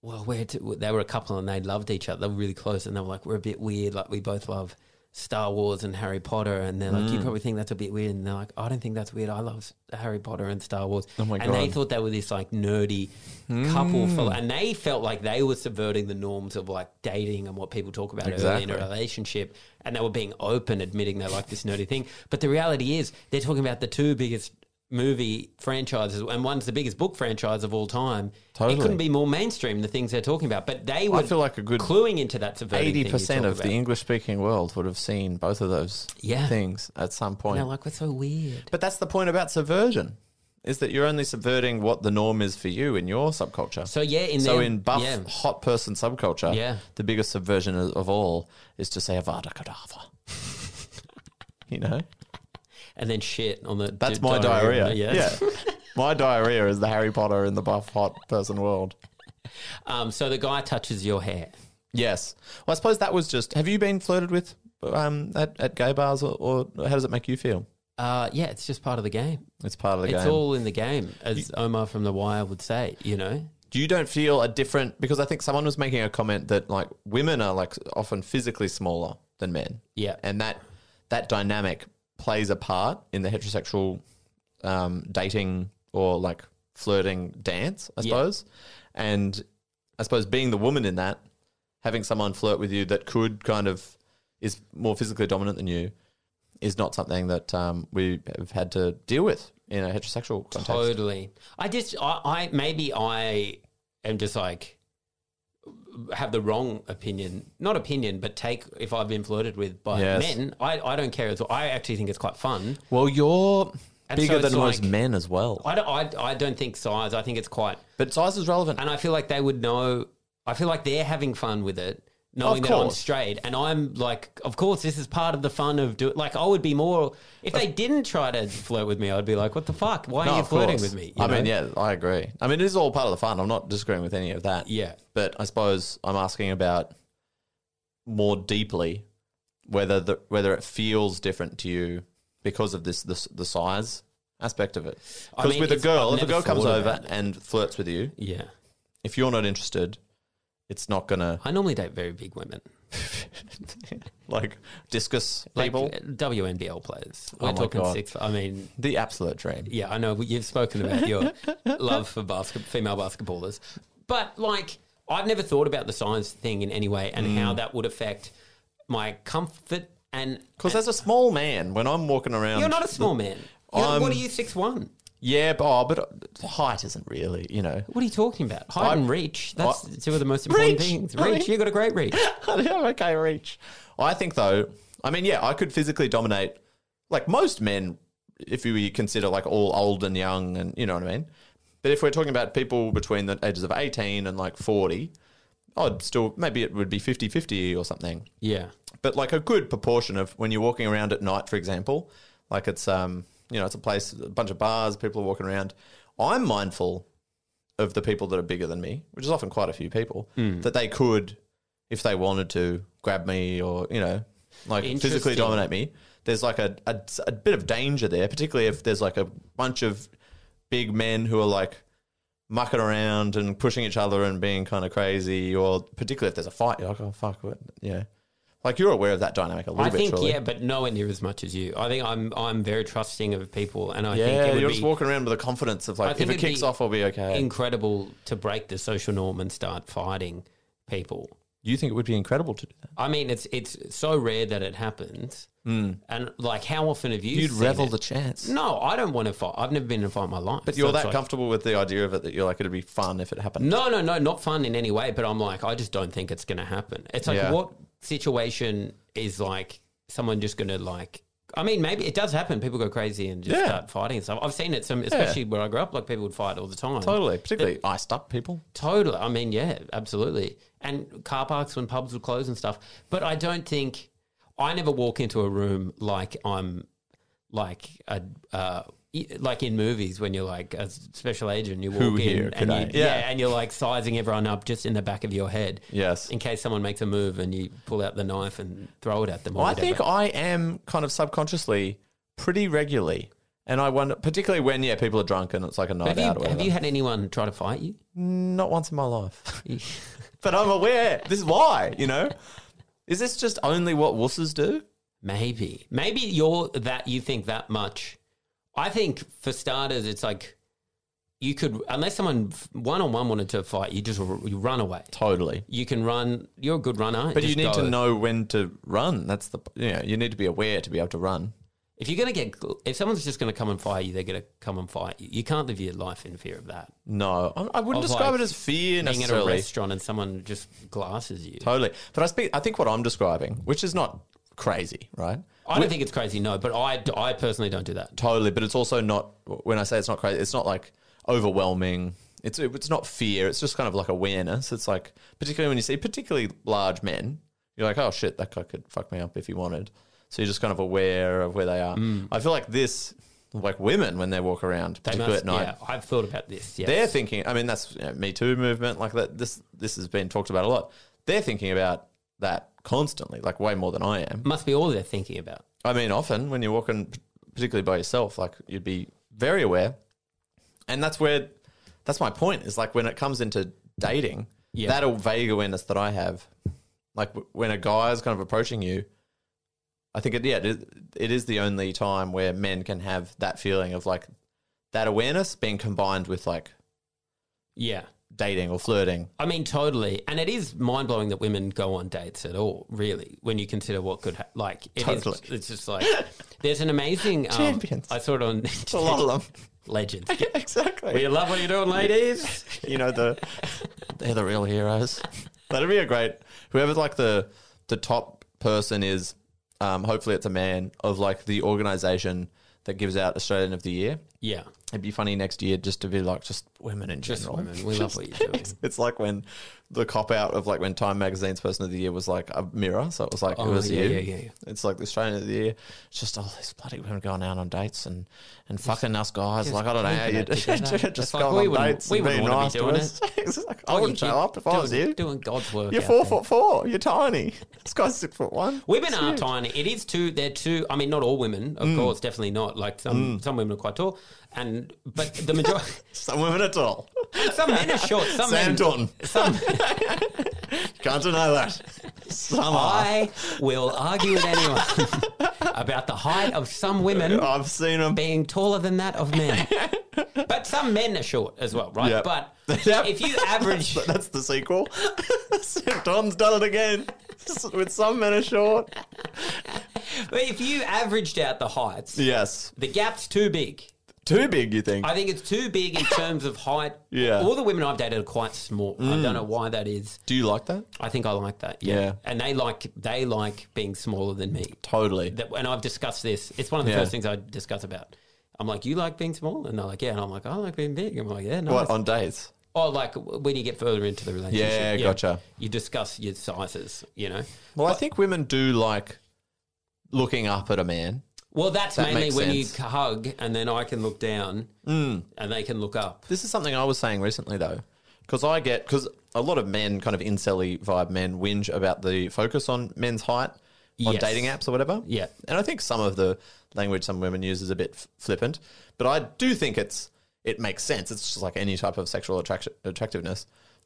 S7: Well, we're t- they were a couple and they loved each other. They were really close, and they were like, "We're a bit weird. Like we both love Star Wars and Harry Potter." And they're like,
S6: Mm.
S7: "You probably think that's a bit weird." And they're like, "Oh, "I don't think that's weird. I love Harry Potter and Star Wars."
S6: Oh my
S7: and they
S6: God. Mm.
S7: thought they were this like nerdy couple, for, and they felt like they were subverting the norms of like dating and what people talk about early in a
S6: Exactly.
S7: relationship, and they were being open, admitting they like this nerdy thing. But the reality is, they're talking about the two biggest movie franchises, and one's the biggest book franchise of all time. It
S6: Totally.
S7: couldn't be more mainstream the things they're talking about. But they were
S6: feel like a good
S7: cluing into that subverting thing
S6: eighty
S7: you
S6: percent
S7: talk
S6: of
S7: about.
S6: the English speaking world would have seen both of those
S7: Yeah.
S6: things at some
S7: And
S6: point.
S7: they're like, "What's so weird?"
S6: but that's the point about subversion, is that you're only subverting what the norm is for you in your subculture.
S7: So yeah, in
S6: So
S7: their-
S6: in buff
S7: yeah.
S6: hot person subculture,
S7: Yeah.
S6: the biggest subversion of of all is to say Avada Kedavra. you know,
S7: And then shit on the
S6: that's
S7: di-
S6: my diarrhea.
S7: yeah.
S6: Yeah, my diarrhea is the Harry Potter in the buff hot person world.
S7: Um, so the guy touches your hair.
S6: Yes. Well, I suppose that was just. Have you been flirted with um, at, at gay bars, or, or how does it make you feel?
S7: Uh, yeah, it's just part of the game.
S6: It's part of the
S7: It's
S6: game.
S7: all in the game, as Omar from The Wire would say, you know?
S6: you don't feel a different because I think someone was making a comment that like women are like often physically smaller than men.
S7: Yeah.
S6: And that that dynamic plays a part in the heterosexual um, dating or like flirting dance, I
S7: Yeah.
S6: suppose. And I suppose being the woman in that, having someone flirt with you that could kind of is more physically dominant than you is not something that um, we have had to deal with in a heterosexual context.
S7: Totally. I just, I, I, maybe I am just like, have the wrong opinion, not opinion, but take if I've been flirted with by
S6: Yes.
S7: men. I, I don't care as well. I actually think it's quite fun.
S6: Well, you're
S7: And so
S6: bigger
S7: it's
S6: than most
S7: like-
S6: men as well.
S7: I don't, I, I don't think size, I think it's quite,
S6: But size is relevant.
S7: and I feel like they would know, I feel like they're having fun with it. knowing
S6: Of
S7: that I'm
S6: course.
S7: straight. And I'm like, of course, this is part of the fun of doing. Like, I would be more if they didn't try to flirt with me. I'd be like, what the fuck? Why
S6: No,
S7: are you
S6: of
S7: flirting
S6: course.
S7: with me? You
S6: I mean,
S7: know?
S6: yeah, I agree. I mean, it is all part of the fun. I'm not disagreeing with any of that.
S7: Yeah.
S6: But I suppose I'm asking about more deeply whether the, whether it feels different to you because of this, this the size aspect of it.
S7: I
S6: Because
S7: mean,
S6: with a
S7: it's-
S6: girl,
S7: I've
S6: if a
S7: never
S6: girl comes
S7: thought
S6: over
S7: about it.
S6: and flirts with you,
S7: yeah.
S6: if you're not interested, it's not gonna
S7: I normally date very big women,
S6: like discuss
S7: like
S6: people.
S7: uh, WNBL players.
S6: Oh
S7: We're
S6: my
S7: talking
S6: God.
S7: six. I mean,
S6: the absolute dream.
S7: yeah, I know you've spoken about your love for basket, female basketballers, but like I've never thought about the science thing in any way and
S6: Mm.
S7: how that would affect my comfort. And
S6: Because as a small man, when I'm walking around,
S7: you're not a small man. You're-
S6: Um, I'm-
S7: what are you six one?
S6: yeah, but, oh, but height isn't really, you know.
S7: What are you talking about? Height
S6: I-
S7: and reach. That's
S6: I-
S7: two of the most important
S6: Reach!
S7: things.
S6: I
S7: Reach.
S6: mean-
S7: You got a great reach.
S6: okay, reach. I think though, I mean, yeah, I could physically dominate like most men if you consider like all old and young and you know what I mean. But if we're talking about people between the ages of 18 and like 40, I'd still maybe it would be 50-50 or something.
S7: Yeah.
S6: But like a good proportion of when you're walking around at night, for example, like it's um, you know, it's a place a bunch of bars, people are walking around. I'm mindful of the people that are bigger than me, which is often quite a few people, that they could, if they wanted to, grab me or, you know, like physically
S7: Interesting.
S6: dominate me. There's like a, a, a bit of danger there, particularly if there's like a bunch of big men who are like mucking around and pushing each other and being kind of crazy, or particularly if there's a fight, you're like, oh, fuck, what? Yeah. Like you're aware of that dynamic a little
S7: I
S6: bit,
S7: think
S6: surely.
S7: yeah, but nowhere near as much as you. I think I'm I'm very trusting of people, and I
S6: Yeah,
S7: think it
S6: you're
S7: would
S6: just
S7: be
S6: walking around with the confidence of
S7: I
S6: like, if
S7: think
S6: it
S7: it'd
S6: kicks
S7: be
S6: off, we'll be okay.
S7: incredible to break the social norm and start fighting people.
S6: you think it would be incredible to do that?
S7: I mean, it's it's so rare that it happens, mm. and like how often have you?
S6: Hmm. You'd
S7: seen
S6: revel
S7: it?
S6: the chance.
S7: No, I don't want to fight. I've never been in a fight in my life.
S6: But
S7: So
S6: you're
S7: it's
S6: that
S7: like-
S6: comfortable with the idea of it that you're like it'd be fun if it happened.
S7: No, no, no, not fun in any way. But I'm like, I just don't think it's going to happen. It's like,
S6: Yeah.
S7: what situation is like someone just going to like? I mean, maybe it does happen. People go crazy and just
S6: Yeah.
S7: start fighting and stuff. I've seen it some, especially where I grew up. Like people would fight all the time.
S6: Totally, particularly iced up people.
S7: Totally. I mean, yeah, absolutely. And car parks when pubs would close and stuff. But I don't think I never walk into a room like I'm like a uh, e- like in movies when you're like a special agent, you walk in
S6: here
S7: and you,
S6: today?
S7: yeah.
S6: Yeah.
S7: and you're like sizing everyone up just in the back of your head.
S6: Yes.
S7: In case someone makes a move and you pull out the knife and throw it at them. Or
S6: I
S7: whatever.
S6: think I am kind of subconsciously pretty regularly, and I wonder, particularly when yeah, people are drunk and it's like a night out.
S7: have
S6: or
S7: you, have
S6: whatever.
S7: you had anyone try to fight you?
S6: Not once in my life, but I'm aware. This is why, you know. Is this just only what wusses do?
S7: Maybe. Maybe you're that you think that much. I think for starters, it's like you could unless someone one on one wanted to fight, you just r- you run away.
S6: Totally.
S7: You can run. You're a good runner.
S6: But you
S7: just
S6: need to
S7: go.
S6: know when to run. That's the you know, you need to be aware to be able to run.
S7: if you're gonna get if someone's just gonna come and fight you, they're gonna come and fight you. You can't live your life in fear of that.
S6: No, I, I wouldn't
S7: Of,
S6: describe
S7: like,
S6: it as fear
S7: Being at a
S6: necessarily.
S7: restaurant and someone just glasses you.
S6: Totally. But I speak. I think what I'm describing, which is not crazy, right?
S7: I don't think it's crazy, no. But I, I personally don't do that.
S6: Totally. But it's also not. When I say it's not crazy, it's not like overwhelming. It's it's not fear. It's just kind of like awareness. It's like particularly when you see particularly large men, you're like, oh shit, that guy could fuck me up if he wanted. So you're just kind of aware of where they are. I feel like this, like women when they walk around,
S7: Mm. They
S6: particularly at
S7: must,
S6: night,
S7: yeah, I've thought about this. Yeah,
S6: they're thinking. I mean, that's you know, Me Too movement. Like that. This this has been talked about a lot. They're thinking about that constantly, like way more than I am.
S7: must be all they're thinking about.
S6: I mean, often when you're walking, p- particularly by yourself, like you'd be very aware, and that's where that's my point. Is like when it comes into dating,
S7: Yeah.
S6: that that vague awareness that I have, like w- when a guy is kind of approaching you, I think it yeah, it is, it is the only time where men can have that feeling of like that awareness being combined with like
S7: Yeah.
S6: dating or flirting.
S7: I mean, totally. And it is mind blowing that women go on dates at all, really, when you consider what could, ha- like, it is-
S6: Totally.
S7: it's just like, there's an amazing. Um,
S6: Champions.
S7: I saw it on
S6: A lot of them,
S7: Legends.
S6: exactly.
S7: We love what you're doing, ladies.
S6: you know the they're the real heroes. That'd be a great whoever's like the the top person is. Um, hopefully, it's a man of like the organization that gives out Australian of the Year,
S7: Yeah.
S6: It'd be funny next year just to be like just women in
S7: Just
S6: general.
S7: women. We love what you do.
S6: It's, it's like when the cop out of like when Time Magazine's Person of the Year was like a mirror, so it was like it
S7: Oh,
S6: was
S7: yeah,
S6: you.
S7: yeah, yeah, yeah.
S6: It's like the Australian of the Year. It's just all these bloody women going out on dates and, and fucking us guys. Like I don't know how
S7: keeping
S6: you
S7: it
S6: do
S7: together.
S6: just
S7: It's like,
S6: going
S7: we
S6: on
S7: wouldn't-
S6: dates
S7: we
S6: and being
S7: wouldn't wanna
S6: nice
S7: be
S6: to
S7: doing
S6: us. It's like, I
S7: Oh,
S6: wouldn't
S7: you-
S6: show up if I was
S7: doing-
S6: you.
S7: Doing God's work.
S6: You're
S7: out
S6: four
S7: there.
S6: foot four. You're tiny. This guy's six foot one.
S7: Women are tiny. It is too. They're too. I mean, not all women,
S6: Mm.
S7: of course, definitely not. Like some, some women are quite tall, and but the majority.
S6: Some women are tall.
S7: some men are short. Some
S6: Sam
S7: men.
S6: Taunton.
S7: Some.
S6: Can't deny that. Some are.
S7: I will argue with anyone about the height of some women
S6: I've seen them.
S7: being taller than that of men. But some men are short as well, right?
S6: Yep.
S7: But
S6: Yep.
S7: if you average,
S6: But that's the sequel. Tom's done it again. With some men are short.
S7: but if you averaged out the heights,
S6: Yes.
S7: the gap's too big.
S6: Too big, you think?
S7: I think it's too big in terms of height.
S6: Yeah.
S7: All the women I've dated are quite small. I don't know why that is.
S6: Do you like that?
S7: I think I like that. Yeah.
S6: Yeah.
S7: And they like they like being smaller than me.
S6: Totally.
S7: That, and I've discussed this. It's one of the
S6: Yeah.
S7: first things I discuss about. I'm like, you like being small, and they're like, yeah. And I'm like, I like being big. I'm like, yeah, no.
S6: What, on dates?
S7: Or like when you get further into the relationship,
S6: Yeah, gotcha.
S7: You discuss your sizes, you know.
S6: Well, I think women do like looking up at a man.
S7: Well, that's
S6: That
S7: mainly
S6: makes
S7: when
S6: sense.
S7: you hug, and then I can look down,
S6: Mm.
S7: and they can look up.
S6: This is something I was saying recently, though. Because I get, because a lot of men, kind of incelly vibe men, whinge about the focus on men's height on
S7: Yes.
S6: dating apps or whatever.
S7: Yeah.
S6: And I think some of the language some women use is a bit f- flippant, but I do think it's it makes sense. It's just like any type of sexual attraction, attractiveness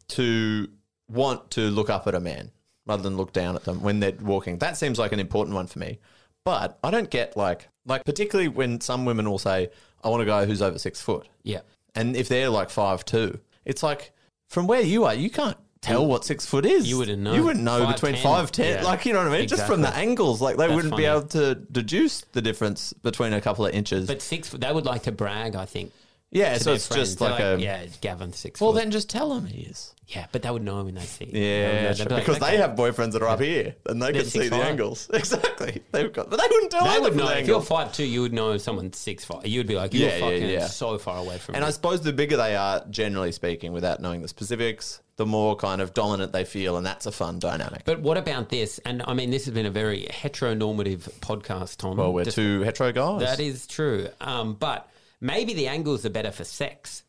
S6: to want to look up at a man rather than look down at them when they're walking. That seems like an important one for me. But I don't get like like particularly when some women will say, "I want a guy who's over six foot."
S7: Yeah.
S6: And if they're like five two, it's like from where you are, you can't tell what six foot is.
S7: You wouldn't know.
S6: You wouldn't know
S7: 5'10".
S6: between five ten.
S7: Yeah.
S6: Like you know what I mean? Just from the
S7: Exactly.
S6: angles, like they
S7: That's
S6: wouldn't be
S7: funny.
S6: able to deduce the difference between a couple of inches.
S7: But six, they would like to brag. I think.
S6: yeah,
S7: to
S6: so
S7: their
S6: it's
S7: friends.
S6: just
S7: They're
S6: like, a
S7: yeah, Gavin's six.
S6: Well,
S7: foot.
S6: then just tell them he is.
S7: yeah, but they would know when they see. it. They would
S6: Yeah,
S7: know.
S6: sure,
S7: They'd be like,
S6: because
S7: "Okay."
S6: they have boyfriends that are up here and they can see the
S7: 6'5".
S6: angles. Exactly, they've got, but they wouldn't tell.
S7: They
S6: either
S7: would
S6: from
S7: know.
S6: the
S7: If you're
S6: angles.
S7: five two, you would know someone's six five. You'd be like, you're
S6: Yeah, yeah,
S7: fucking
S6: yeah.
S7: so far away from.
S6: And
S7: me.
S6: I suppose the bigger they are, generally speaking, without knowing the specifics, the more kind of dominant they feel, and that's a fun dynamic.
S7: but what about this? And I mean, this has been a very heteronormative podcast, Tom.
S6: well, we're
S7: Just-
S6: two hetero guys.
S7: That is true. Um, but maybe the angles are better for sex.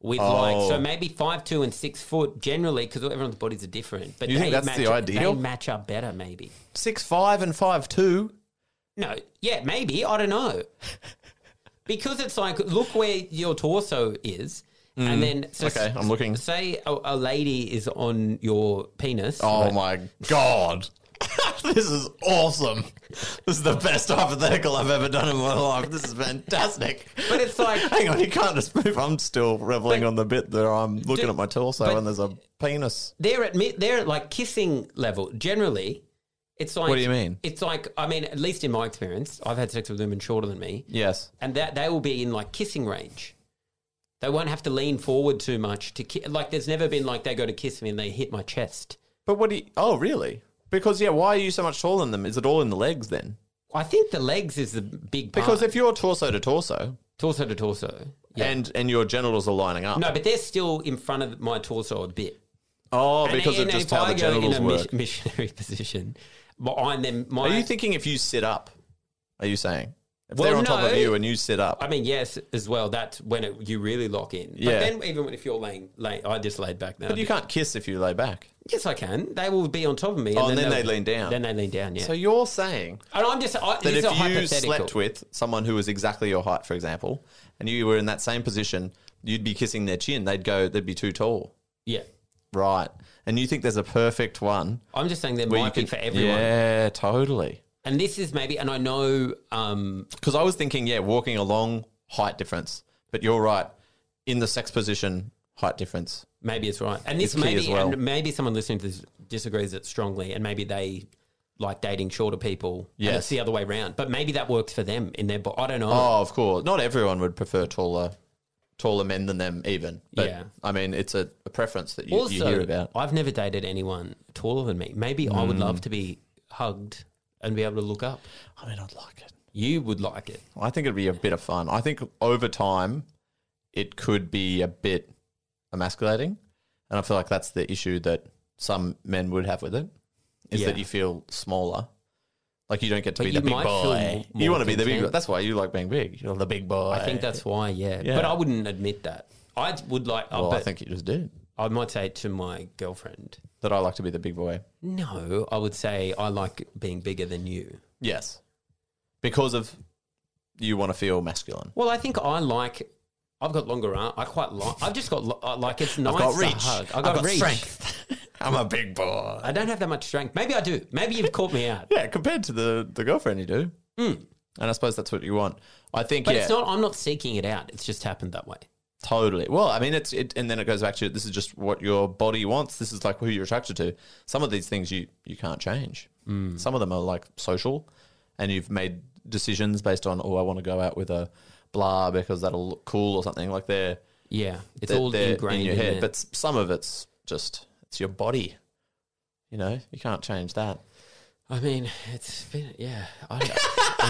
S7: With
S6: Oh.
S7: like, so maybe five two and six foot generally, because everyone's bodies are different. But
S6: You
S7: they
S6: think that's
S7: match
S6: the
S7: up-
S6: ideal?
S7: They match up better, maybe.
S6: six five and five two.
S7: No, yeah, maybe. I don't know. Because it's like, look where your torso is. And then, so
S6: Mm, Okay, I'm looking.
S7: Say a, a lady is on your penis.
S6: Oh
S7: right?
S6: my god. this is awesome. This is the best hypothetical I've ever done in my life. This is fantastic.
S7: But it's like-
S6: hang on, you can't just move. I'm still reveling on the bit that I'm looking
S7: Do-
S6: at my torso
S7: but-
S6: and there's a penis.
S7: They're at mi- they're at like kissing level. Generally, it's like
S6: What do you mean?
S7: It's like I mean, at least in my experience, I've had sex with women shorter than me,
S6: Yes.
S7: and that they will be in like kissing range. They won't have to lean forward too much to ki- like. There's never been like they go to kiss me and they hit my chest.
S6: But what do you? Oh, really? Because yeah, why are you so much taller than them? Is it all in the legs then?
S7: I think the legs is the big part.
S6: Because if you're torso to torso
S7: torso to torso, Uh, yeah.
S6: and and your genitals are lining up.
S7: no, but they're still in front of my torso a bit.
S6: Oh,
S7: And-
S6: because
S7: and
S6: of just
S7: if
S6: how
S7: I
S6: the
S7: go
S6: genitals
S7: in a
S6: work.
S7: mis- missionary position, behind them, my
S6: Are you thinking if you sit up? Are you saying if
S7: Well,
S6: they're on top
S7: no.
S6: of you and you sit up?
S7: I mean, yes, as well. That's when it, you really lock in. But
S6: Yeah.
S7: then, even if you're laying, lay, I just laid back now.
S6: but you can't kiss if you lay back.
S7: Yes, I can. They will be on top of me.
S6: Oh, and then
S7: they'll-
S6: they lean down.
S7: Then they lean down. Yeah.
S6: So you're saying
S7: and I'm just I,
S6: that
S7: this is a
S6: if you
S7: hypothetical.
S6: slept with someone who was exactly your height, for example, and you were in that same position, you'd be kissing their chin. They'd go, they'd be too tall,
S7: yeah.
S6: right? And you think there's a perfect one
S7: I'm just saying there
S6: where you
S7: might be
S6: can-
S7: for everyone.
S6: Yeah, totally.
S7: And this is maybe, and I know. Um,
S6: Because I was thinking, yeah, walking along height difference, but you're right. In the sex position, height difference.
S7: Maybe it's right, and
S6: It's
S7: this
S6: key
S7: maybe
S6: as well.
S7: and maybe someone listening to this disagrees it strongly, and maybe they like dating shorter people. and
S6: Yes.
S7: it's the other way around. But maybe that works for them in their. Bo- I don't know.
S6: Oh, of course. Not everyone would prefer taller, taller men than them, even. But
S7: Yeah.
S6: I mean, it's a, a preference that you,
S7: also,
S6: you hear about. Mm.
S7: I've never dated anyone taller than me. Maybe I would love to be hugged and be able to look up.
S6: I mean, I'd like it.
S7: You would like it.
S6: I think it'd be a bit of fun. I think over time, it could be a bit emasculating. And I feel like that's the issue that some men would have with it is
S7: Yeah.
S6: that you feel smaller. Like you don't get to
S7: But
S6: be the
S7: you
S6: big
S7: might feel
S6: boy.
S7: more
S6: You want to be the big.
S7: content.
S6: That's why you like being big. You're the big boy.
S7: I think that's why, yeah.
S6: Yeah.
S7: But I wouldn't admit that. I would like, oh,
S6: Well,
S7: but
S6: I think you just did.
S7: I might say it to my girlfriend.
S6: That I like to be the big boy.
S7: No, I would say I like being bigger than you.
S6: Yes, because of you want to feel masculine.
S7: Well, I think I like. I've got longer arm. I quite like. I've just got lo- I like. It's nice
S6: I've got
S7: to
S6: reach.
S7: hug.
S6: I've got
S7: reach.
S6: strength. I'm a big boy.
S7: I don't have that much strength. Maybe I do. Maybe you've caught me out.
S6: Yeah, compared to the the girlfriend you do. And I suppose that's what you want. I think
S7: But
S6: yeah,
S7: it's not. I'm not seeking it out. It's just happened that way.
S6: totally. Well, I mean, it's it, and then it goes back to this is just what your body wants. This is like who you're attracted to. Some of these things you you can't change. Some of them are like social, and you've made decisions based on oh, I want to go out with a blah because that'll look cool or something. Like they're
S7: Yeah, it's
S6: they're-
S7: all
S6: they're
S7: ingrained
S6: in your head.
S7: there.
S6: But s- some of it's just it's your body. You know, you can't change that.
S7: I mean, it's been yeah. I,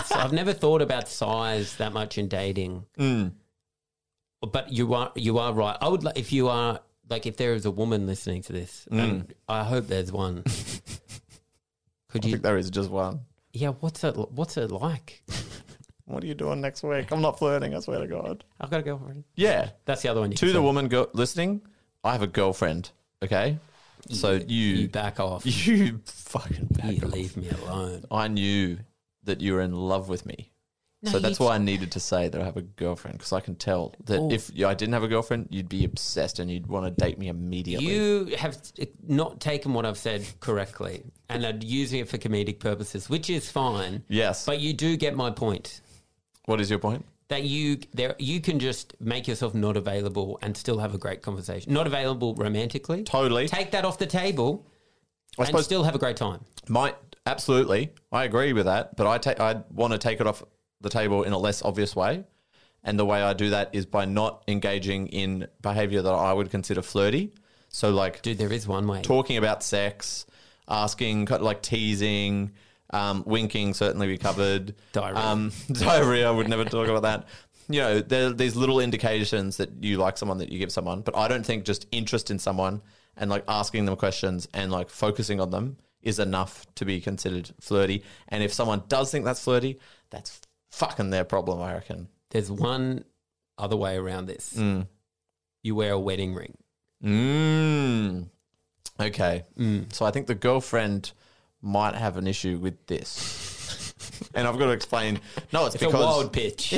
S7: it's, I've never thought about size that much in dating.
S6: Mm.
S7: But you are you are right. I would like if you are like if there is a woman listening to this,
S6: Mm.
S7: and I hope there's one. Could
S6: I
S7: you?
S6: think there is just one.
S7: yeah. What's it? What's it like?
S6: What are you doing next week? I'm not flirting. I swear to God.
S7: I've got a girlfriend.
S6: Yeah.
S7: That's the other one. You
S6: To
S7: can
S6: the
S7: say.
S6: woman go- listening, I have a girlfriend. Okay. So
S7: you
S6: you,
S7: back off. You,
S6: you fucking back off.
S7: leave me alone.
S6: I knew that you were in love with me. so that's why I needed to say that I have a girlfriend because I can tell that
S7: Oh.
S6: if I didn't have a girlfriend, you'd be obsessed and you'd want to date me immediately.
S7: You have not taken what I've said correctly, and are using it for comedic purposes, which is fine.
S6: yes.
S7: But you do get my point
S6: what is your point?
S7: that you there you can just make yourself not available and still have a great conversation. Not available romantically.
S6: Totally.
S7: Take that off the table
S6: I
S7: and
S6: suppose
S7: still have a great time.
S6: might absolutely. I agree with that, but I take I want to take it off the table in a less obvious way. And the way I do that is by not engaging in behavior that I would consider flirty. So like
S7: Dude, there is one way.
S6: talking about sex, asking kind of like teasing, um, winking certainly we covered.
S7: Diarrhea.
S6: Um, diarrhea. I would never talk about that. You know, there are these little indications that you like someone that you give someone, but I don't think just interest in someone and like asking them questions and like focusing on them is enough to be considered flirty. And if someone does think that's flirty, that's fucking their problem, I reckon.
S7: There's one other way around this. You wear a wedding ring.
S6: Mm. Okay.
S7: Mm.
S6: So I think the girlfriend might have an issue with this. and I've got to explain. No, it's,
S7: It's
S6: because.
S7: a wild pitch.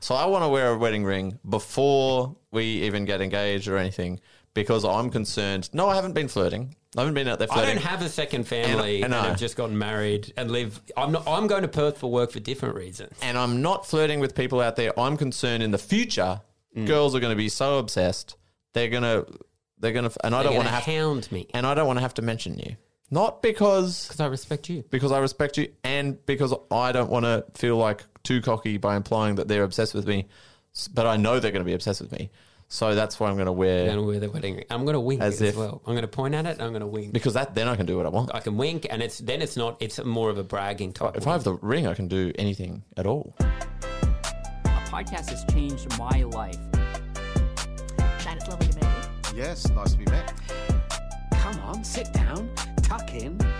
S6: so I want to wear a wedding ring before we even get engaged or anything because I'm concerned. No, I haven't been flirting. I haven't been out there
S7: I
S6: flirting.
S7: don't have a second family
S6: And- and
S7: and,
S6: I-
S7: have just gotten married and live. I'm not. I'm going to Perth for work for different reasons.
S6: and I'm not flirting with people out there. I'm concerned in the future,
S7: Mm.
S6: girls are going to be so obsessed. They're going to. They're going to. And I don't
S7: They're
S6: want
S7: gonna
S6: to have.
S7: hound me
S6: And I don't want to have to mention you. Not because
S7: because I respect you.
S6: because I respect you and because I don't want to feel like too cocky by implying that they're obsessed with me, S- but I know they're going to be obsessed with me. So that's why I'm going to wear
S7: I'm going to wear the wedding ring. I'm going to wink
S6: As
S7: as,
S6: if-
S7: well. I'm going to point at it. and I'm going to wink.
S6: because that then I can do what I want.
S7: I can wink, and it's then it's not. It's more of a bragging type.
S6: If I have the ring, I can do anything at all.
S1: A podcast has changed my life.
S2: Shane, it's lovely to meet you.
S3: Yes, nice to be back.
S4: Come on, sit down, tuck in.